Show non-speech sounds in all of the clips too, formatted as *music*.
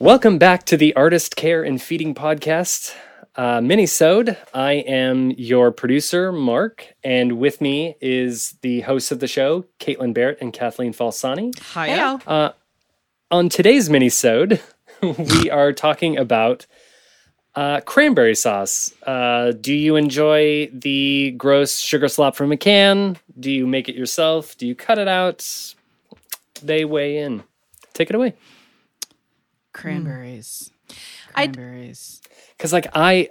Welcome back to the Artist Care and Feeding Podcast. Uh, Minisode, I am your producer, Mark, and with me is the hosts of the show, Caitlin Barrett and Kathleen Falsani. Hiya. Uh, on today's Minisode, *laughs* we are talking about uh, cranberry sauce. Uh, do you enjoy the gross sugar slop from a can? Do you make it yourself? Do you cut it out? They weigh in. Take it away. Cranberries. I'd- Cranberries. Cause like I,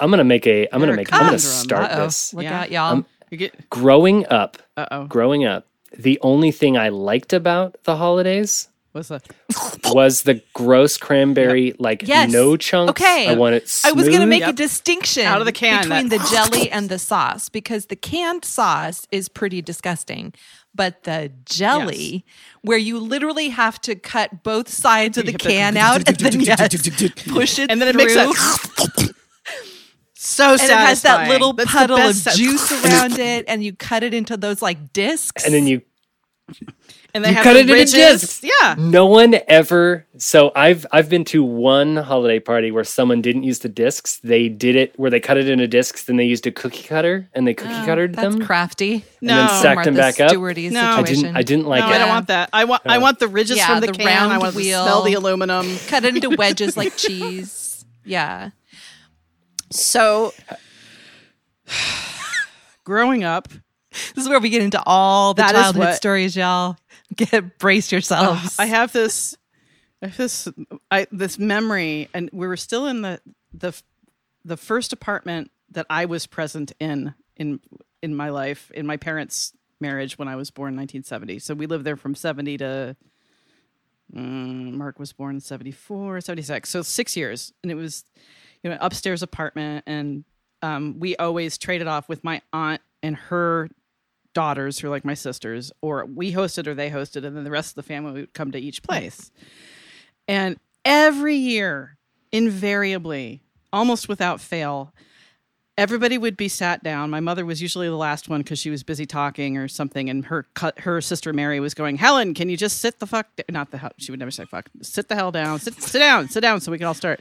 I'm gonna make a. I'm gonna You're a make. I'm gonna conundrum. start Uh-oh. this. Look Yeah. out, y'all. Um, You get Growing up, uh oh. growing up, the only thing I liked about the holidays What's that? was the gross cranberry, like Yes. no chunks. Okay. I want it. Smooth. I was going to make a Yep. distinction Out of the can, between that- *laughs* the jelly and the sauce because the canned sauce is pretty disgusting, but the jelly, where you literally have to cut both sides of *laughs* the have to- can out and *laughs* then yes, push it And then it through. makes that. *laughs* so and it has that satisfying. little That's the puddle of best sa- juice around it, and you cut it into those like discs. And then you And they You have cut the it into ridges. discs. Yeah. No one ever. So I've I've been to one holiday party where someone didn't use the discs. They did it where they cut it into discs. Then they used a cookie cutter and they cookie Oh, cuttered that's them crafty. and No. then stacked Martha them back up. Stewarty No. I I situation. didn't. I didn't like No, it. I don't want that. I want I want the ridges Yeah, from the, the can. I round want wheel. to smell the aluminum. cut it into wedges like cheese. Yeah. So growing up, This is where we get into all the That is childhood what- Oh, stories, y'all. Get brace yourselves. I have this, I have this, I this memory, and we were still in the the the first apartment that I was present in in in my life in my parents' marriage when I was born in 1970. So we lived there from 70 to mm, Mark was born in 74, 76. So six years, and it was you know an upstairs apartment, and um, we always traded off with my aunt and her daughters who are like my sisters, or we hosted or they hosted, and then the rest of the family would come to each place. And every year, invariably, almost without fail, everybody would be sat down. My mother was usually the last one because she was busy talking or something, and her cut her sister Mary was going, "Helen, can you just sit the fuck d-? not the hell?" She would never say fuck. Sit the hell down. Sit sit down. Sit down, so we can all start.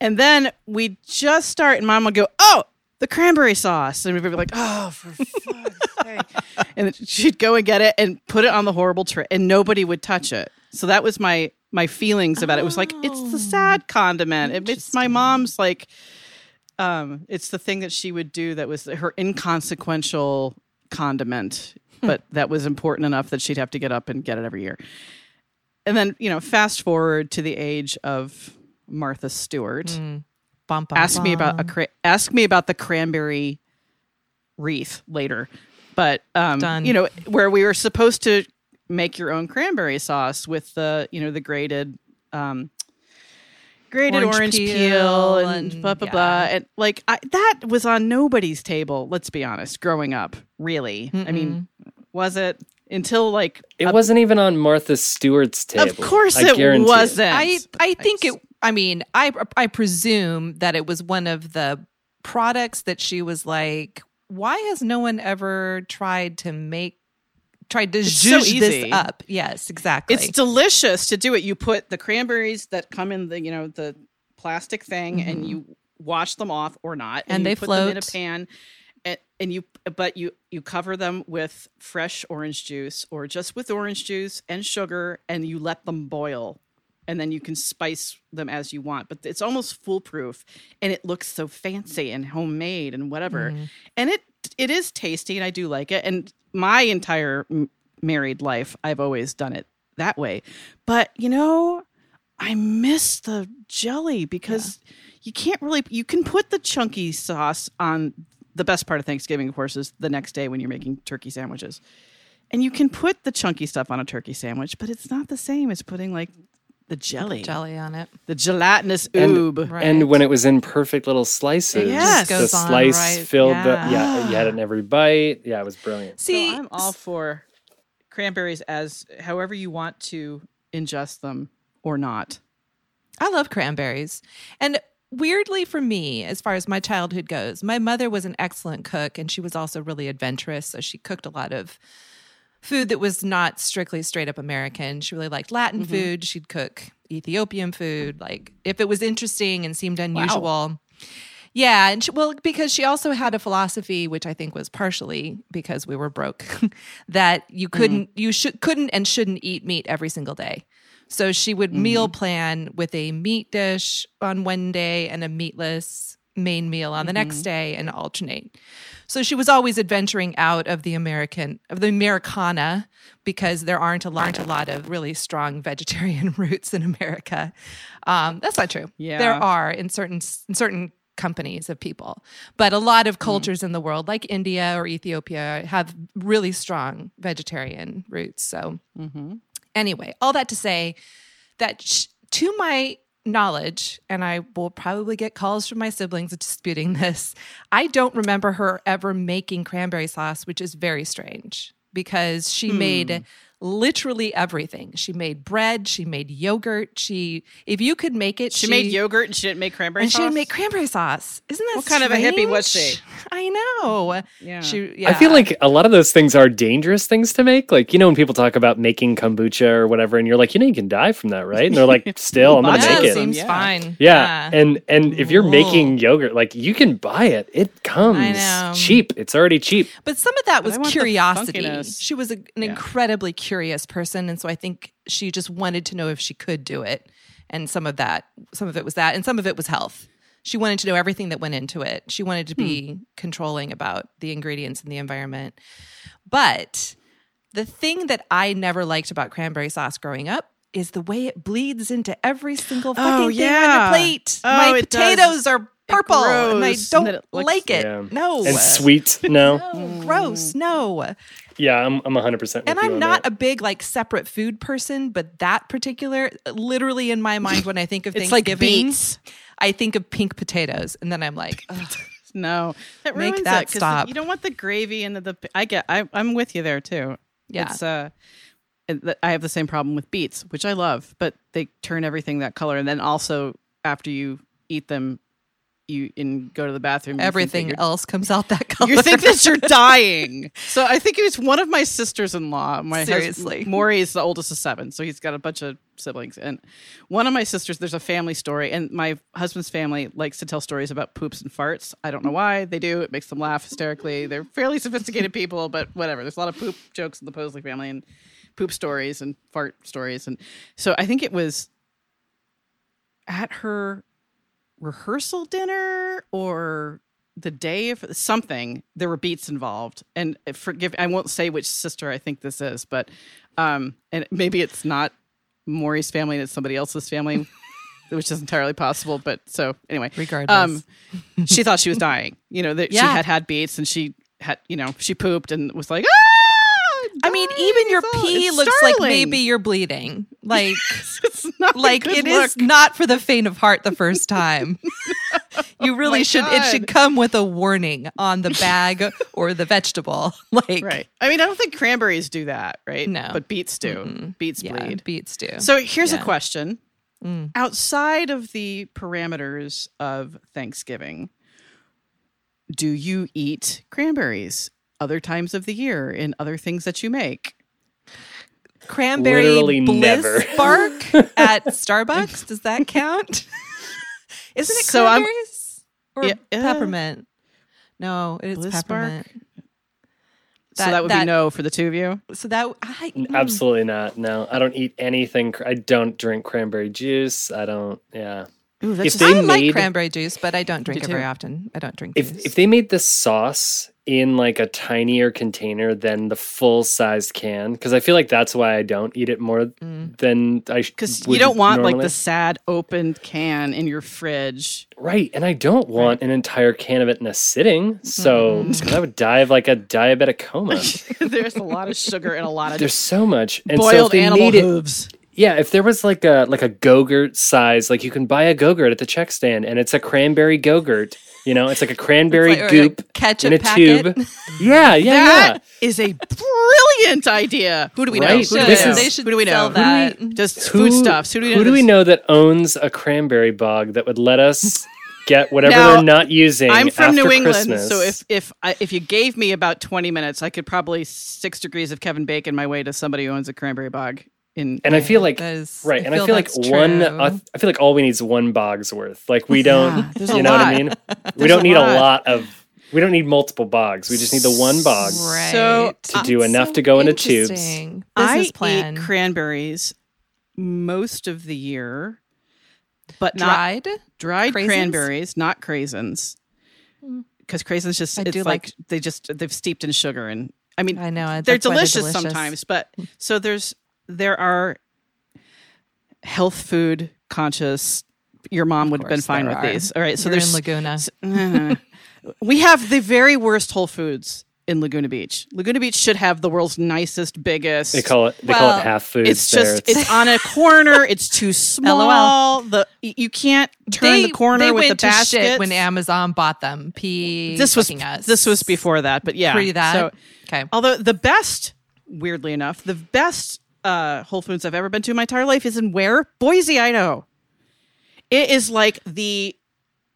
And then we just start, and mom would go, "Oh." The cranberry sauce, and we'd be like, "Oh, for fuck's sake!" and then she'd go and get it and put it on the horrible tray, and nobody would touch it. So that was my my feelings about it. It was like it's the sad condiment. It, it's my mom's like, um, it's the thing that she would do that was her inconsequential condiment, but that was important enough that she'd have to get up and get it every year. And then you know, fast forward to the age of Martha Stewart Bum, bum, ask me about a bum. cra- ask me about the cranberry wreath later but um Done. you know where we were supposed to make your own cranberry sauce with the you know the grated um grated Orange orange, peel peel, and, and- blah blah yeah. blah and like I, that was on nobody's table let's be honest growing up really i mean was it until like It wasn't even on Martha Stewart's table. of course I it guarantee wasn't I I think it. I mean, I I presume that it was one of the products that she was like, "Why has no one ever tried to make tried to so zhuzh easy. this up?" Yes, exactly. It's delicious to do it. You put the cranberries that come in the you know the plastic thing, and you wash them off or not, And you they put them in a float. pan, and, and you but you you cover them with fresh orange juice or just with orange juice and sugar, and you let them boil, and then you can spice them as you want. But it's almost foolproof, and it looks so fancy and homemade and whatever, Mm-hmm. and it it is tasty, and I do like it. And my entire m- married life, I've always done it that way. But you know, I miss the jelly because you can't really you can put the chunky sauce on the best part of Thanksgiving, of course, is the next day when you're making turkey sandwiches. And you can put the chunky stuff on a turkey sandwich, but it's not the same as putting like the jelly, jelly on it. the gelatinous And- oob. Right. And when it was in perfect little slices, Yes. the Goes on, slice right? filled Yeah. the yeah. You had it in every bite. Yeah, it was brilliant. See, so I'm all for cranberries as however you want to ingest them or not. I love cranberries. And weirdly for me, as far as my childhood goes, my mother was an excellent cook and she was also really adventurous. So she cooked a lot of food that was not strictly straight up American. She really liked Latin food. She'd cook Ethiopian food. Like if it was interesting and seemed unusual. Yeah, and she, well, because she also had a philosophy, which I think was partially because we were broke, *laughs* that you couldn't, you should, couldn't, and shouldn't eat meat every single day. So she would meal plan with a meat dish on one day and a meatless main meal on the next day, and alternate. So she was always adventuring out of the American of the Americana because there aren't a lot, a lot of really strong vegetarian *laughs* roots in America. Um, that's not true. there Yeah. are in certain in certain companies of people, but a lot Mm. of cultures in the world, like India or Ethiopia, have really strong vegetarian roots. So Mm-hmm. anyway, all that to say that sh- to my knowledge, and I will probably get calls from my siblings disputing *laughs* this, I don't remember her ever making cranberry sauce, which is very strange because she Hmm. made literally everything. She made bread, she made yogurt, she if you could make it, She, made yogurt and she didn't make cranberry and sauce. she would make cranberry sauce. Isn't that What kind of a hippie was strange? *laughs* she? I know. Yeah. She, I feel yeah. like a lot of those things are dangerous things to make. Like, you know, when people talk about making kombucha or whatever, and you're like, you know, you can die from that, right? And they're *laughs* like, still, I'm going Yeah, to make it it. seems Yeah. fine. yeah. And and if you're Ooh. making yogurt, like you can buy it. It comes know. cheap. It's already cheap. But some of But that was I want the curiosity. funkiness. She was a, an incredibly curious person, and so I think she just wanted to know if she could do it. And some of that, some of it was that, and some of it was health. She wanted to know everything that went into it. She wanted to Hmm. be controlling about the ingredients and the environment. But the thing that I never liked about cranberry sauce growing up is the way it bleeds into every single fucking thing on your Oh, yeah. plate. Oh, My it does. potatoes are purple, and I grows, don't and then it looks- like it. Yeah. No, And sweet. *laughs* No. Mm. no, gross, no. Yeah, I'm I'm 100% with And you I'm on not that. a big like separate food person, but that particular, literally in my mind, when I think of It's like Thanksgiving, beets. I think of pink potatoes, and then I'm like, ugh. *laughs* No, that Make ruins it, that 'cause the- stop. You don't want the gravy and the. the I get. I, I'm with you there too. Yeah. It's, uh, and th- I have the same problem with beets, which I love, but they turn everything that color, and then also after you eat them, you and go to the bathroom. you think that everything you're- else comes out that color. You think that you're dying. So I think it was one of my sisters-in-law. My hus- Seriously. Maury is the oldest of seven, so he's got a bunch of siblings. And one of my sisters, there's a family story, and my husband's family likes to tell stories about poops and farts. I don't know why they do. It makes them laugh hysterically. They're fairly sophisticated people, but whatever. There's a lot of poop jokes in the Posley family and poop stories and fart stories. And so I think it was at her rehearsal dinner or the day of something there were beats involved and uh, forgive i won't say which sister i think this is but um and maybe it's not maury's family and it's somebody else's *laughs* family which is entirely possible but so anyway Regardless. um she thought she was dying you know that she Yeah. had had beats and she had you know she pooped and was like ah *laughs* *laughs* I mean, dying, even your it's all- pee it's looks like startling." *laughs* maybe you're bleeding. Like, it's not a like good it is look. not for the faint of heart the *laughs* first time. you really should. It should Oh God. come with a warning on the *laughs* bag or the vegetable. *laughs* Like, Right. I mean, I don't think cranberries do that, right? No. But beets do. Beets yeah, bleed. beets do. So here's Yeah. a question. Mm. Outside of the parameters of Thanksgiving, do you eat cranberries other times of the year in other things that you make? cranberry Literally bliss never. *laughs* bark at Starbucks. Does that count? Isn't it So I'm- cranberries or Yeah, uh, peppermint? No, it's Bliss bark? peppermint. so that would be that- no for the two of you. So that I, mm. Absolutely not. No, I don't eat anything. cr- I don't drink cranberry juice. I don't. Yeah. Ooh, that's If just- I they like made- cranberry juice, but I don't drink do it very too. often. I don't drink If juice. if they made this sauce in like a tinier container than the full sized can, because I feel like that's why I don't eat it more Mm. than I because you would don't want like normally. the sad opened can in your fridge. *laughs* right, and I don't want an entire can of it in a sitting. So Mm. I would die of like a diabetic *laughs* coma. There's a lot of sugar and a lot of There's so much, and so if boiled they animal made it, hooves. Yeah, if there was like a like a gogurt size, like you can buy a gogurt at the check stand, and it's a cranberry gogurt. You know, it's like a cranberry Like, or a goop ketchup in a packet. *laughs* *laughs* tube. Yeah, yeah, yeah. That is a brilliant idea. Who do we know? Right? Who do we This know? is- They should Who do we sell know? that. Who do we, just foodstuffs. Who do we know? Who do we that's- *laughs* know that owns a cranberry bog that would let us get whatever Now, they're not using. I'm from after New England, Christmas. so if if I, if you gave me about 20 minutes, I could probably six degrees of Kevin Bacon my way to somebody who owns a cranberry bog. In and I feel like That is- right, and I feel like that's one. true. I I feel like all we need is one bog's worth. Like we don't, Yeah, there's a you know what I lot. *laughs* mean? we There's don't a need a lot lot. of. We don't need multiple bogs. We just need the one bog. Right. uh, So, to do enough to go into tubes. interesting. I Business plan. eat cranberries most of the year, but not Dried. dried Craisins? Hmm. cranberries, not craisins, because craisins just I it's do like, like- they just they've steeped in sugar and I mean I know. I- they're that's why Mm. delicious, sometimes, but so there's there are health food conscious. Your mom would have been course fine there with are. these. All right, so So You're in there's Laguna. *laughs* we have the very worst Whole Foods in Laguna Beach. Laguna Beach should have the world's nicest, biggest. They call it. They call Well, it half foods. It's there. just it's on a corner. It's *laughs* too small. The y- you can't turn they, the corner they with went the to shit basket. when Amazon bought them. P. this was fucking us. this was before that, but yeah. pre that. So oh, okay. although the best, weirdly enough, the best uh, Whole Foods I've ever been to in my entire life is in where Boise, Idaho. It is like the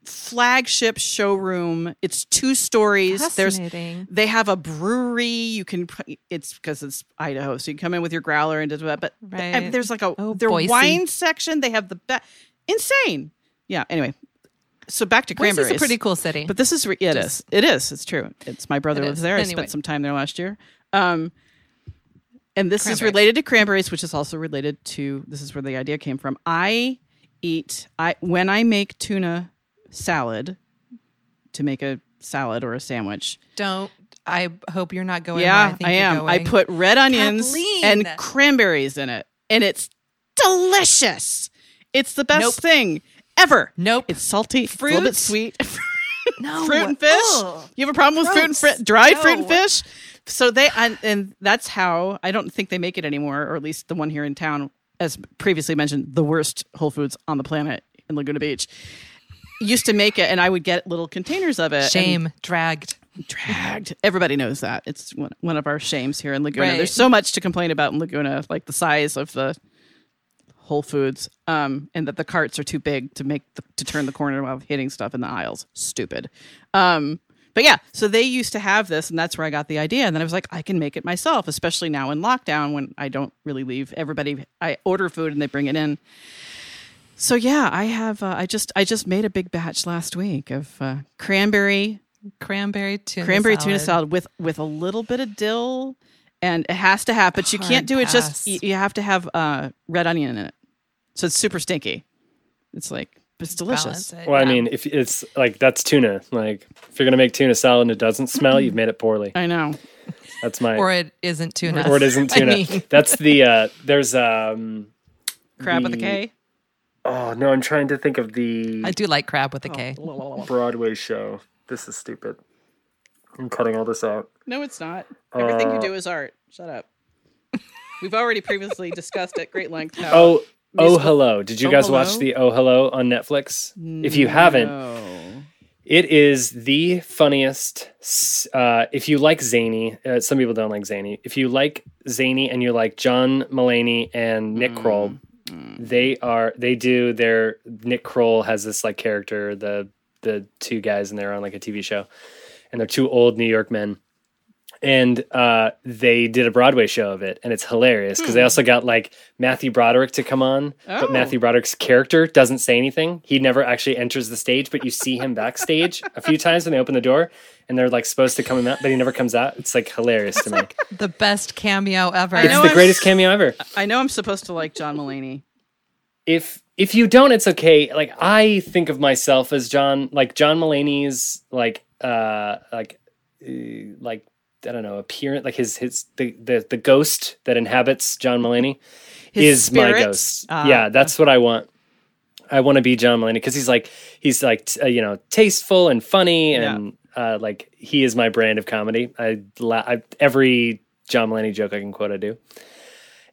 flagship showroom. It's two stories. There's Fascinating. they have a brewery. You can pr- it's because it's Idaho, so you can come in with your growler and do that. But th- and Right. there's like a Oh, their Boise. wine section. They have the best. Insane. Yeah. Anyway, so back to cranberries. Boise's a pretty cool city. But this is re- yeah, it is. It is. It's true. It's my brother It lives is. there. I Anyway. spent some time there last year. Um, and this is Cranberries. related to cranberries, which is also related to this is where the idea came from. I eat I when I make tuna salad to make a salad or a sandwich. Don't. I hope you're not going. where I, yeah, think I, you're am. I going. put red onions Kathleen! and cranberries in it, and it's delicious. It's the best Nope. thing ever. Nope. It's salty, it's a little Fruit? bit *laughs* sweet. no fruit and fish. Ugh. You have a problem with fruit and Gross. fri- dried fruit and No. fish. So they and, and that's how I don't think they make it anymore, or at least the one here in town, as previously mentioned, the worst Whole Foods on the planet in Laguna Beach used to make it, and I would get little containers of it. and Shame. Dragged. dragged. Everybody knows that it's one, one of our shames here in Laguna. Right. There's so much to complain about in Laguna, like the size of the Whole Foods, um, and that the carts are too big to make the, to turn the corner while hitting stuff in the aisles. Stupid. Um, but yeah, so they used to have this, and that's where I got the idea. And then I was like, I can make it myself, especially now in lockdown when I don't really leave. Everybody, I order food and they bring it in. So yeah, I have. Uh, I just I just made a big batch last week of uh, cranberry Cranberry tuna. cranberry salad. tuna salad with with a little bit of dill and it has to have but you can't Hard do it just pass. you, you have to have uh red onion in it so it's super stinky it's like it's delicious Balance it. Well, I Yeah. mean, if it's like that's tuna. Like if you're gonna make tuna salad and it doesn't smell, you've made it poorly. i know That's my or it isn't tuna. or it isn't *laughs* I tuna. mean- That's the uh there's um crab with a The- k oh no, I'm trying to think of the I do like crab with a Oh. K. Broadway show. This is stupid. I'm cutting all this out. no it's not everything you do is art shut up we've already previously discussed at great length how Oh, oh Musical- hello. Did you Oh, guys Hello? watch the Oh Hello on Netflix? If you haven't, No. it is the funniest. s- Uh, if you like zany, uh, some people don't like zany. If you like zany and you like John Mulaney and Nick Kroll, they are they do their Nick Kroll has this like character the the two guys and they're on like a TV show, and they're two old New York men, and uh, they did a Broadway show of it, and it's hilarious because they also got like Matthew Broderick to come on, Hmm. Oh. but Matthew Broderick's character doesn't say anything. He never actually enters the stage, but you see him backstage a few times when they open the door, and they're like supposed to come him out, but he never comes out. It's like hilarious to me. The best cameo ever. I It's know the I'm- greatest cameo ever. i know i'm supposed to like john mulaney if if you don't, it's okay. Like I think of myself as John, like John Mulaney's, like uh, like uh, like I don't know, appearance, like his his the the, the ghost that inhabits John Mulaney His is my spirit? ghost. Ah. yeah, that's what I want. I want to be John Mulaney because he's like he's like t- uh, you know tasteful and funny and uh, like he is my brand of comedy. I, la- I every John Mulaney joke I can quote I do,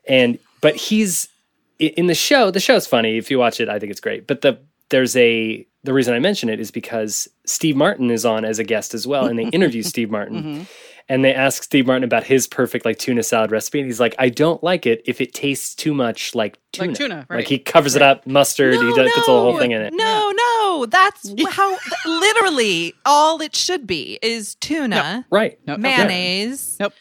and but he's i- in the show. The show's funny if you watch it. I think it's great. But the there's a the reason I mention it is because Steve Martin is on as a guest as well, and *laughs* they interview Steve Martin. Mm-hmm. And they ask Steve Martin about his perfect like tuna salad recipe, and he's like, "I don't like it if it tastes too much like tuna. Like tuna, right. he covers it up, mustard. he does, puts the whole thing in it. No, no. No, that's how literally all it should be is tuna, Right. Nope, nope, nope. mayonnaise, Nope.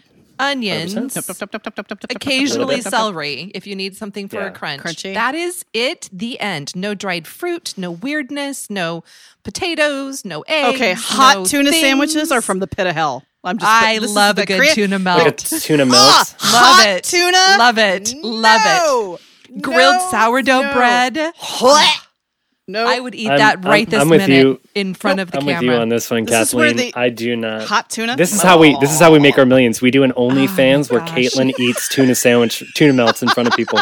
100%. onions, Nope, nope, nope, nope, nope, nope, nope, nope, occasionally nope, nope, nope, celery if you need something for Yeah. a crunch. Crunchy. That is it. The end. No dried fruit. No weirdness. No potatoes. No eggs. Okay, hot no tuna sandwiches are things. from the pit of hell. I'm just. I this is love the a good crea- tuna melt. Like a tuna Ah, melt. Love hot it. Tuna. Love it. Love it. No. Grilled No, sourdough no. bread. No. I would eat I'm- that right I'm- this I'm with minute you. in front of the I'm camera. with you on this one, This is where Kathleen. the- I do not. hot tuna. This is how we. This is how we make Oh. our millions. We do an OnlyFans where gosh. Caitlin eats tuna sandwich, tuna melts in front of *laughs* people.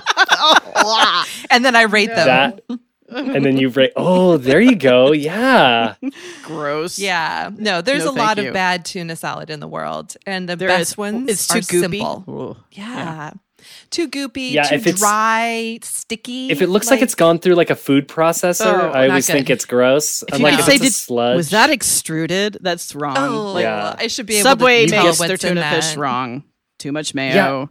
And then I rate them. that, and then you rate. Oh, there you go. Yeah. gross. Yeah. No, there's No, a lot thank you. of bad tuna salad in the world. And the There best is- ones It's too are goopy. simple. Ooh. Yeah. Too goopy, Yeah, if too it's- dry, sticky. If it looks like, it's gone through like a food processor, Oh, I not always good. think it's gross. If I'm you like, could if say, it's a did- sludge. was that extruded? That's wrong. Oh, Like, Yeah. I should be able Subway to tell makes what's their in tuna that. fish wrong. Too much mayo,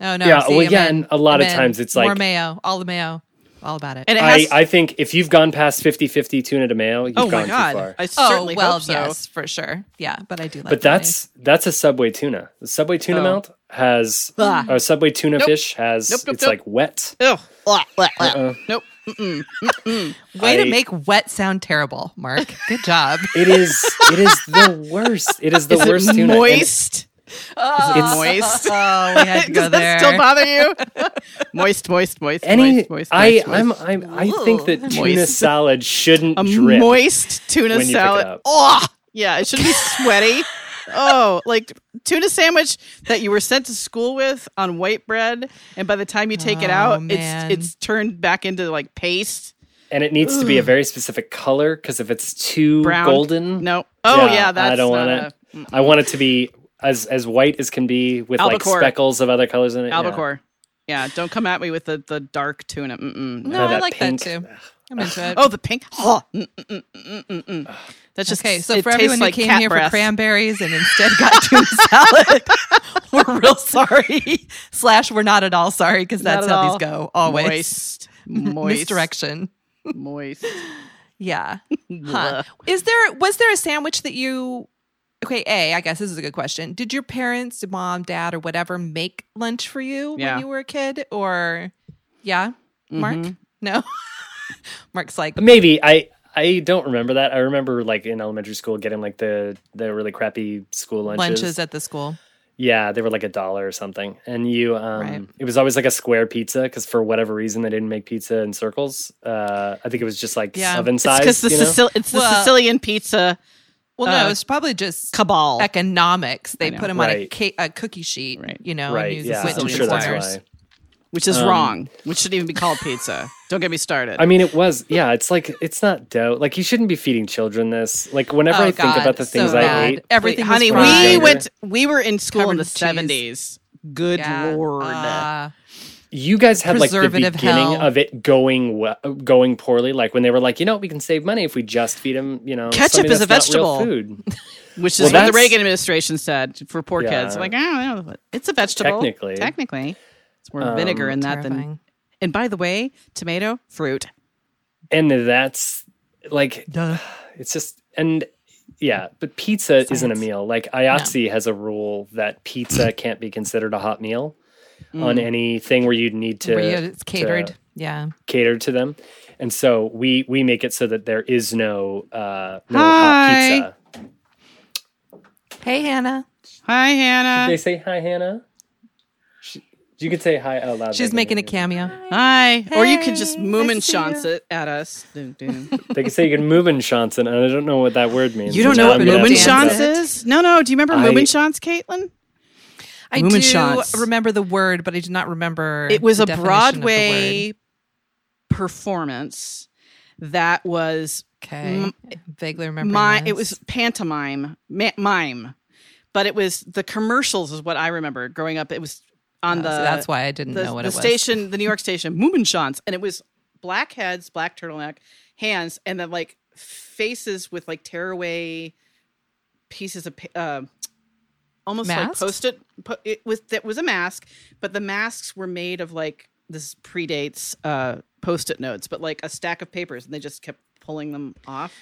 Oh no! Yeah, see, well, I'm yeah, in. and a lot of I'm in. times it's more like- mayo, all the mayo, all about it. and it I, has. I think if you've gone past 50 50 tuna to mayo, you've oh gone my too far. god! I oh certainly well, hope so. yes, for sure. Yeah, but I do like. but that's that's a Subway tuna. The Subway tuna Oh. melt has, Ugh. or Subway tuna Nope. fish has, Nope, nope, it's nope. like wet. Ugh. Blah, blah, blah. Uh-uh. Nope. Mm-mm. mayonnaise. way I- to make wet sound terrible, *laughs* Mark. Good job. It is it is the worst. It is the Is worst it tuna. and *laughs* moist? Uh, oh, *laughs* moist? Oh, *laughs* we had to go Does there. that still bother *laughs* you? moist, moist, moist, Any, moist, moist, I, moist, I'm, moist. I'm, I think that Moist. tuna salad shouldn't a drip. moist tuna when you pick it salad. up. Oh, yeah, it should *laughs* be sweaty. oh, like tuna sandwich that you were sent to school with on white bread, and by the time you take it Oh, out, man. it's it's turned back into like paste, And it needs to be a very specific color because if it's too brown, golden, No, oh yeah, that's I don't want not it. I want it to be as as white as can be with Albacore. like speckles of other colors in it. a- Yeah. albacore. Yeah. don't come at me with the the dark tuna. Mm-mm. No, I that like pink. that too. I'm into it. Oh, the pink. Oh, mm, mm, mm, mm, mm, mm, mm. That's just okay, so it for tastes everyone who like came cat here breath. for cranberries and instead got *laughs* tuna salad, we're real sorry. Slash, we're not at all sorry because that's Not at how all. these go always. moist, *laughs* moist, Misdirection. moist. Yeah. Huh. Blech. Is there was there a sandwich that you Okay, A, I guess this is a good question. Did your parents, did mom, dad, or whatever make lunch for you Yeah. when you were a kid? Or yeah? Mark? Mhm. No. *laughs* Mark's like Maybe I I don't remember that. I remember like in elementary school getting like the the really crappy school lunches. lunches at the school. yeah, they were like a dollar or something, and you um Right. it was always like a square pizza because for whatever reason they didn't make pizza in circles. Uh, I think it was just like Yeah. oven It's size. because the you know? Sicil- it's the Well- Sicilian pizza Well, Uh, no, it's probably just cabal. economics. They know. put them on a, Right. ca- a cookie sheet, Right. you know, right? and use Yeah, which I'm Sicilian sure that's corners. why. which is Um, wrong. Which shouldn't even be called pizza. Don't get me started. I mean, it was, yeah, it's like, it's not dough. Like, you shouldn't be feeding children this. Like, whenever Oh, I think God, about the so things I bad. ate, Everything, was honey, from fried. we younger. went. We were in school in Covered the in cheese. seventies. Good Yeah. lord. Uh, you guys had like the Preservative beginning hell. of it going well, going poorly. Like when they were like, you know, we can save money if we just feed them. You know, Ketchup something is a that's not real vegetable. food. which Well, is what the that's- Reagan administration said for poor kids. Yeah. Like, I don't know, it's a vegetable. Technically. technically, it's more Um, vinegar in that than. terrifying. And by the way, tomato fruit. and that's like, Duh. it's just and yeah, but pizza isn't a Science. meal. Like IOTC has a rule that pizza *clears throat* can't be considered a hot meal on anything where you'd need to Mm. Where you- it's catered. to- yeah. cater to them. And so we we make it so that there is no uh no hot Hi. pizza. Hey, Hannah. Hi, They Hannah. say hi, Hannah. She, you could say hi out loud. She's They can making a hear cameo. Hi. or you could just Hey, moom and nice to see chance it at us. Dun, *laughs* dun. you. They can say you can move in Shanson, and I don't know what that word means. You don't so know I'm what gonna have to Moomins look Moominchance it up. Shans is? No, no. Do you remember I- Moominchance, Caitlin? I Moomin do shots. remember the word, but I do not remember. It was the a definition of the word. Broadway performance that was Okay. M- Vaguely remember. my. It was pantomime, ma- mime, but it was the commercials is what I remember growing up. It was on the. Oh, that's why I didn't the, know what the it was. station, the New York station, Moominchance, and it was black heads, black turtleneck, hands, and then like faces with like tearaway pieces of pa- uh, almost Masks? like post-it. Po- it was that was a mask, but the masks were made of like this predates uh, post-it notes, but like a stack of papers, and they just kept pulling them off.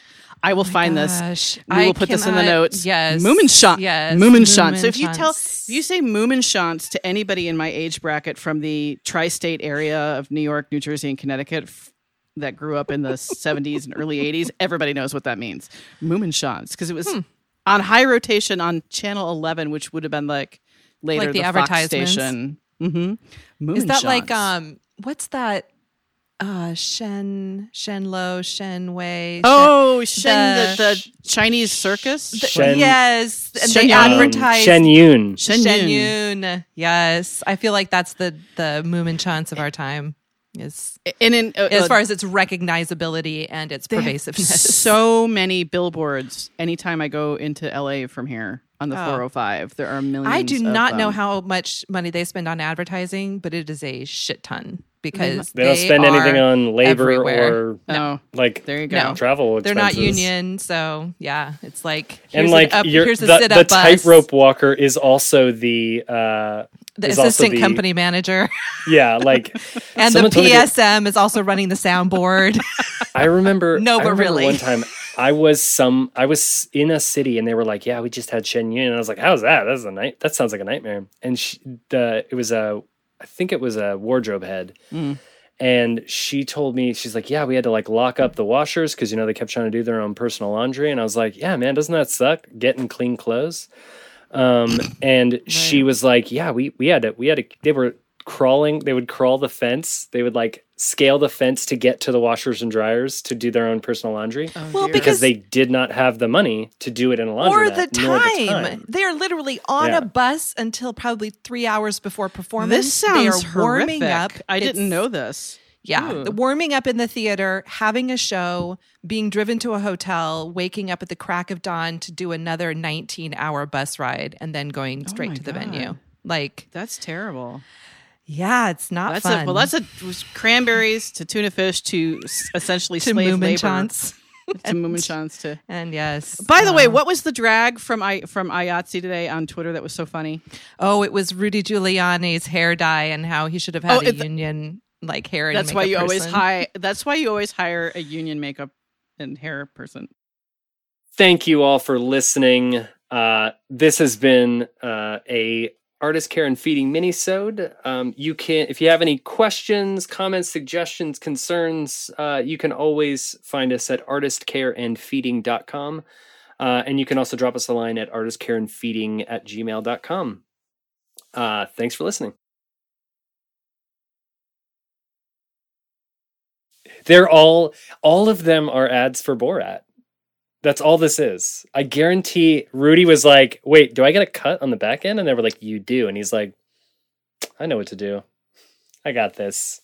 I Oh will find Gosh, this. We will I put this in the cannot- notes. Yes. Moominshans. Yes. Moominshans. So if you tell, Moominshans. if you say Moominshans to anybody in my age bracket from the tri-state area of New York, New Jersey, and Connecticut f- that grew up *laughs* in the 70s and early 80s, everybody knows what that means. Moominshans. Because it was Hmm. on high rotation on Channel 11, which would have been like later Like the the, Fox advertisements? station. Mm-hmm. Is that like Moominshans. um what's that uh Shen Shen Lo Shen Wei? Oh, Shen, the, the- the, Chinese circus. Shen- yes, and Shen they Um, Yun. advertise Shen Yun. Shen Shen Yun. Yun. Yes, I feel like that's the the Moomin chance of our time. Is And in, uh, as uh, far as its recognizability and its they have pervasiveness. *laughs* so many billboards. Anytime I go into LA from here on the 405, there are millions. Oh. I do of not know them. how much money they spend on advertising, but it is a shit ton because They don't spend are anything on labor everywhere. or No. like There you go. No. travel expenses. They're not union, so yeah, it's like here's And like an up, you're, here's a the, sit the up bus. tightrope walker is also the uh, the is also assistant the- *laughs* company manager *laughs* Yeah, like and someone the told me that- PSM is also running the soundboard. *laughs* I remember. *laughs* No, I but remember really. one time I was some. I was in a city, and they were like, "Yeah, we just had Shen Yun," and I was like, "How's that? That's a night. That sounds like a nightmare." And she, the it was a, I think it was a wardrobe head, Mm. and she told me she's like, "Yeah, we had to like lock up the washers because you know they kept trying to do their own personal laundry," and I was like, "Yeah, man, doesn't that suck? Getting clean clothes." Um, and she was like, "Yeah, we we had to we had to they were." crawling they would crawl the fence they would like scale the fence to get to the washers and dryers to do their own personal laundry well, dear. because they did not have the money to do it in a or laundromat the nor time. they're literally on Yeah. a bus until probably three hours before performance. This sounds they are warming horrific. up. I It's- didn't know Hmm. this. Yeah, Ooh. the warming up in the theater, having a show, being driven to a hotel, waking up at the crack of dawn to do another 19 hour bus ride, and then going straight Oh my to the God. venue. Like, That's terrible. yeah, it's not That's fun. a well. That's a was cranberries to tuna fish to s- essentially to slave Moomin labor Chance. *laughs* to Moominshans to. And yes. By the way, um, what was the drag from I from Ayatsi today on Twitter that was so funny? Oh, it was Rudy Giuliani's hair dye and how he should have had Oh, a it's- union like hair. and That's why makeup you always person. hire. That's why you always hire a union makeup and hair person. thank you all for listening uh, this has been uh, a artist care and feeding minisode um, you can if you have any questions comments suggestions concerns uh, you can always find us at artistcareandfeeding.com uh, and you can also drop us a line at artistcareandfeeding at gmail.com uh, thanks for listening they're all all of them are ads for borat that's all this is. I guarantee Rudy was like, wait, do I get a cut on the back end? And they were like, you do. And he's like, I know what to do. I got this.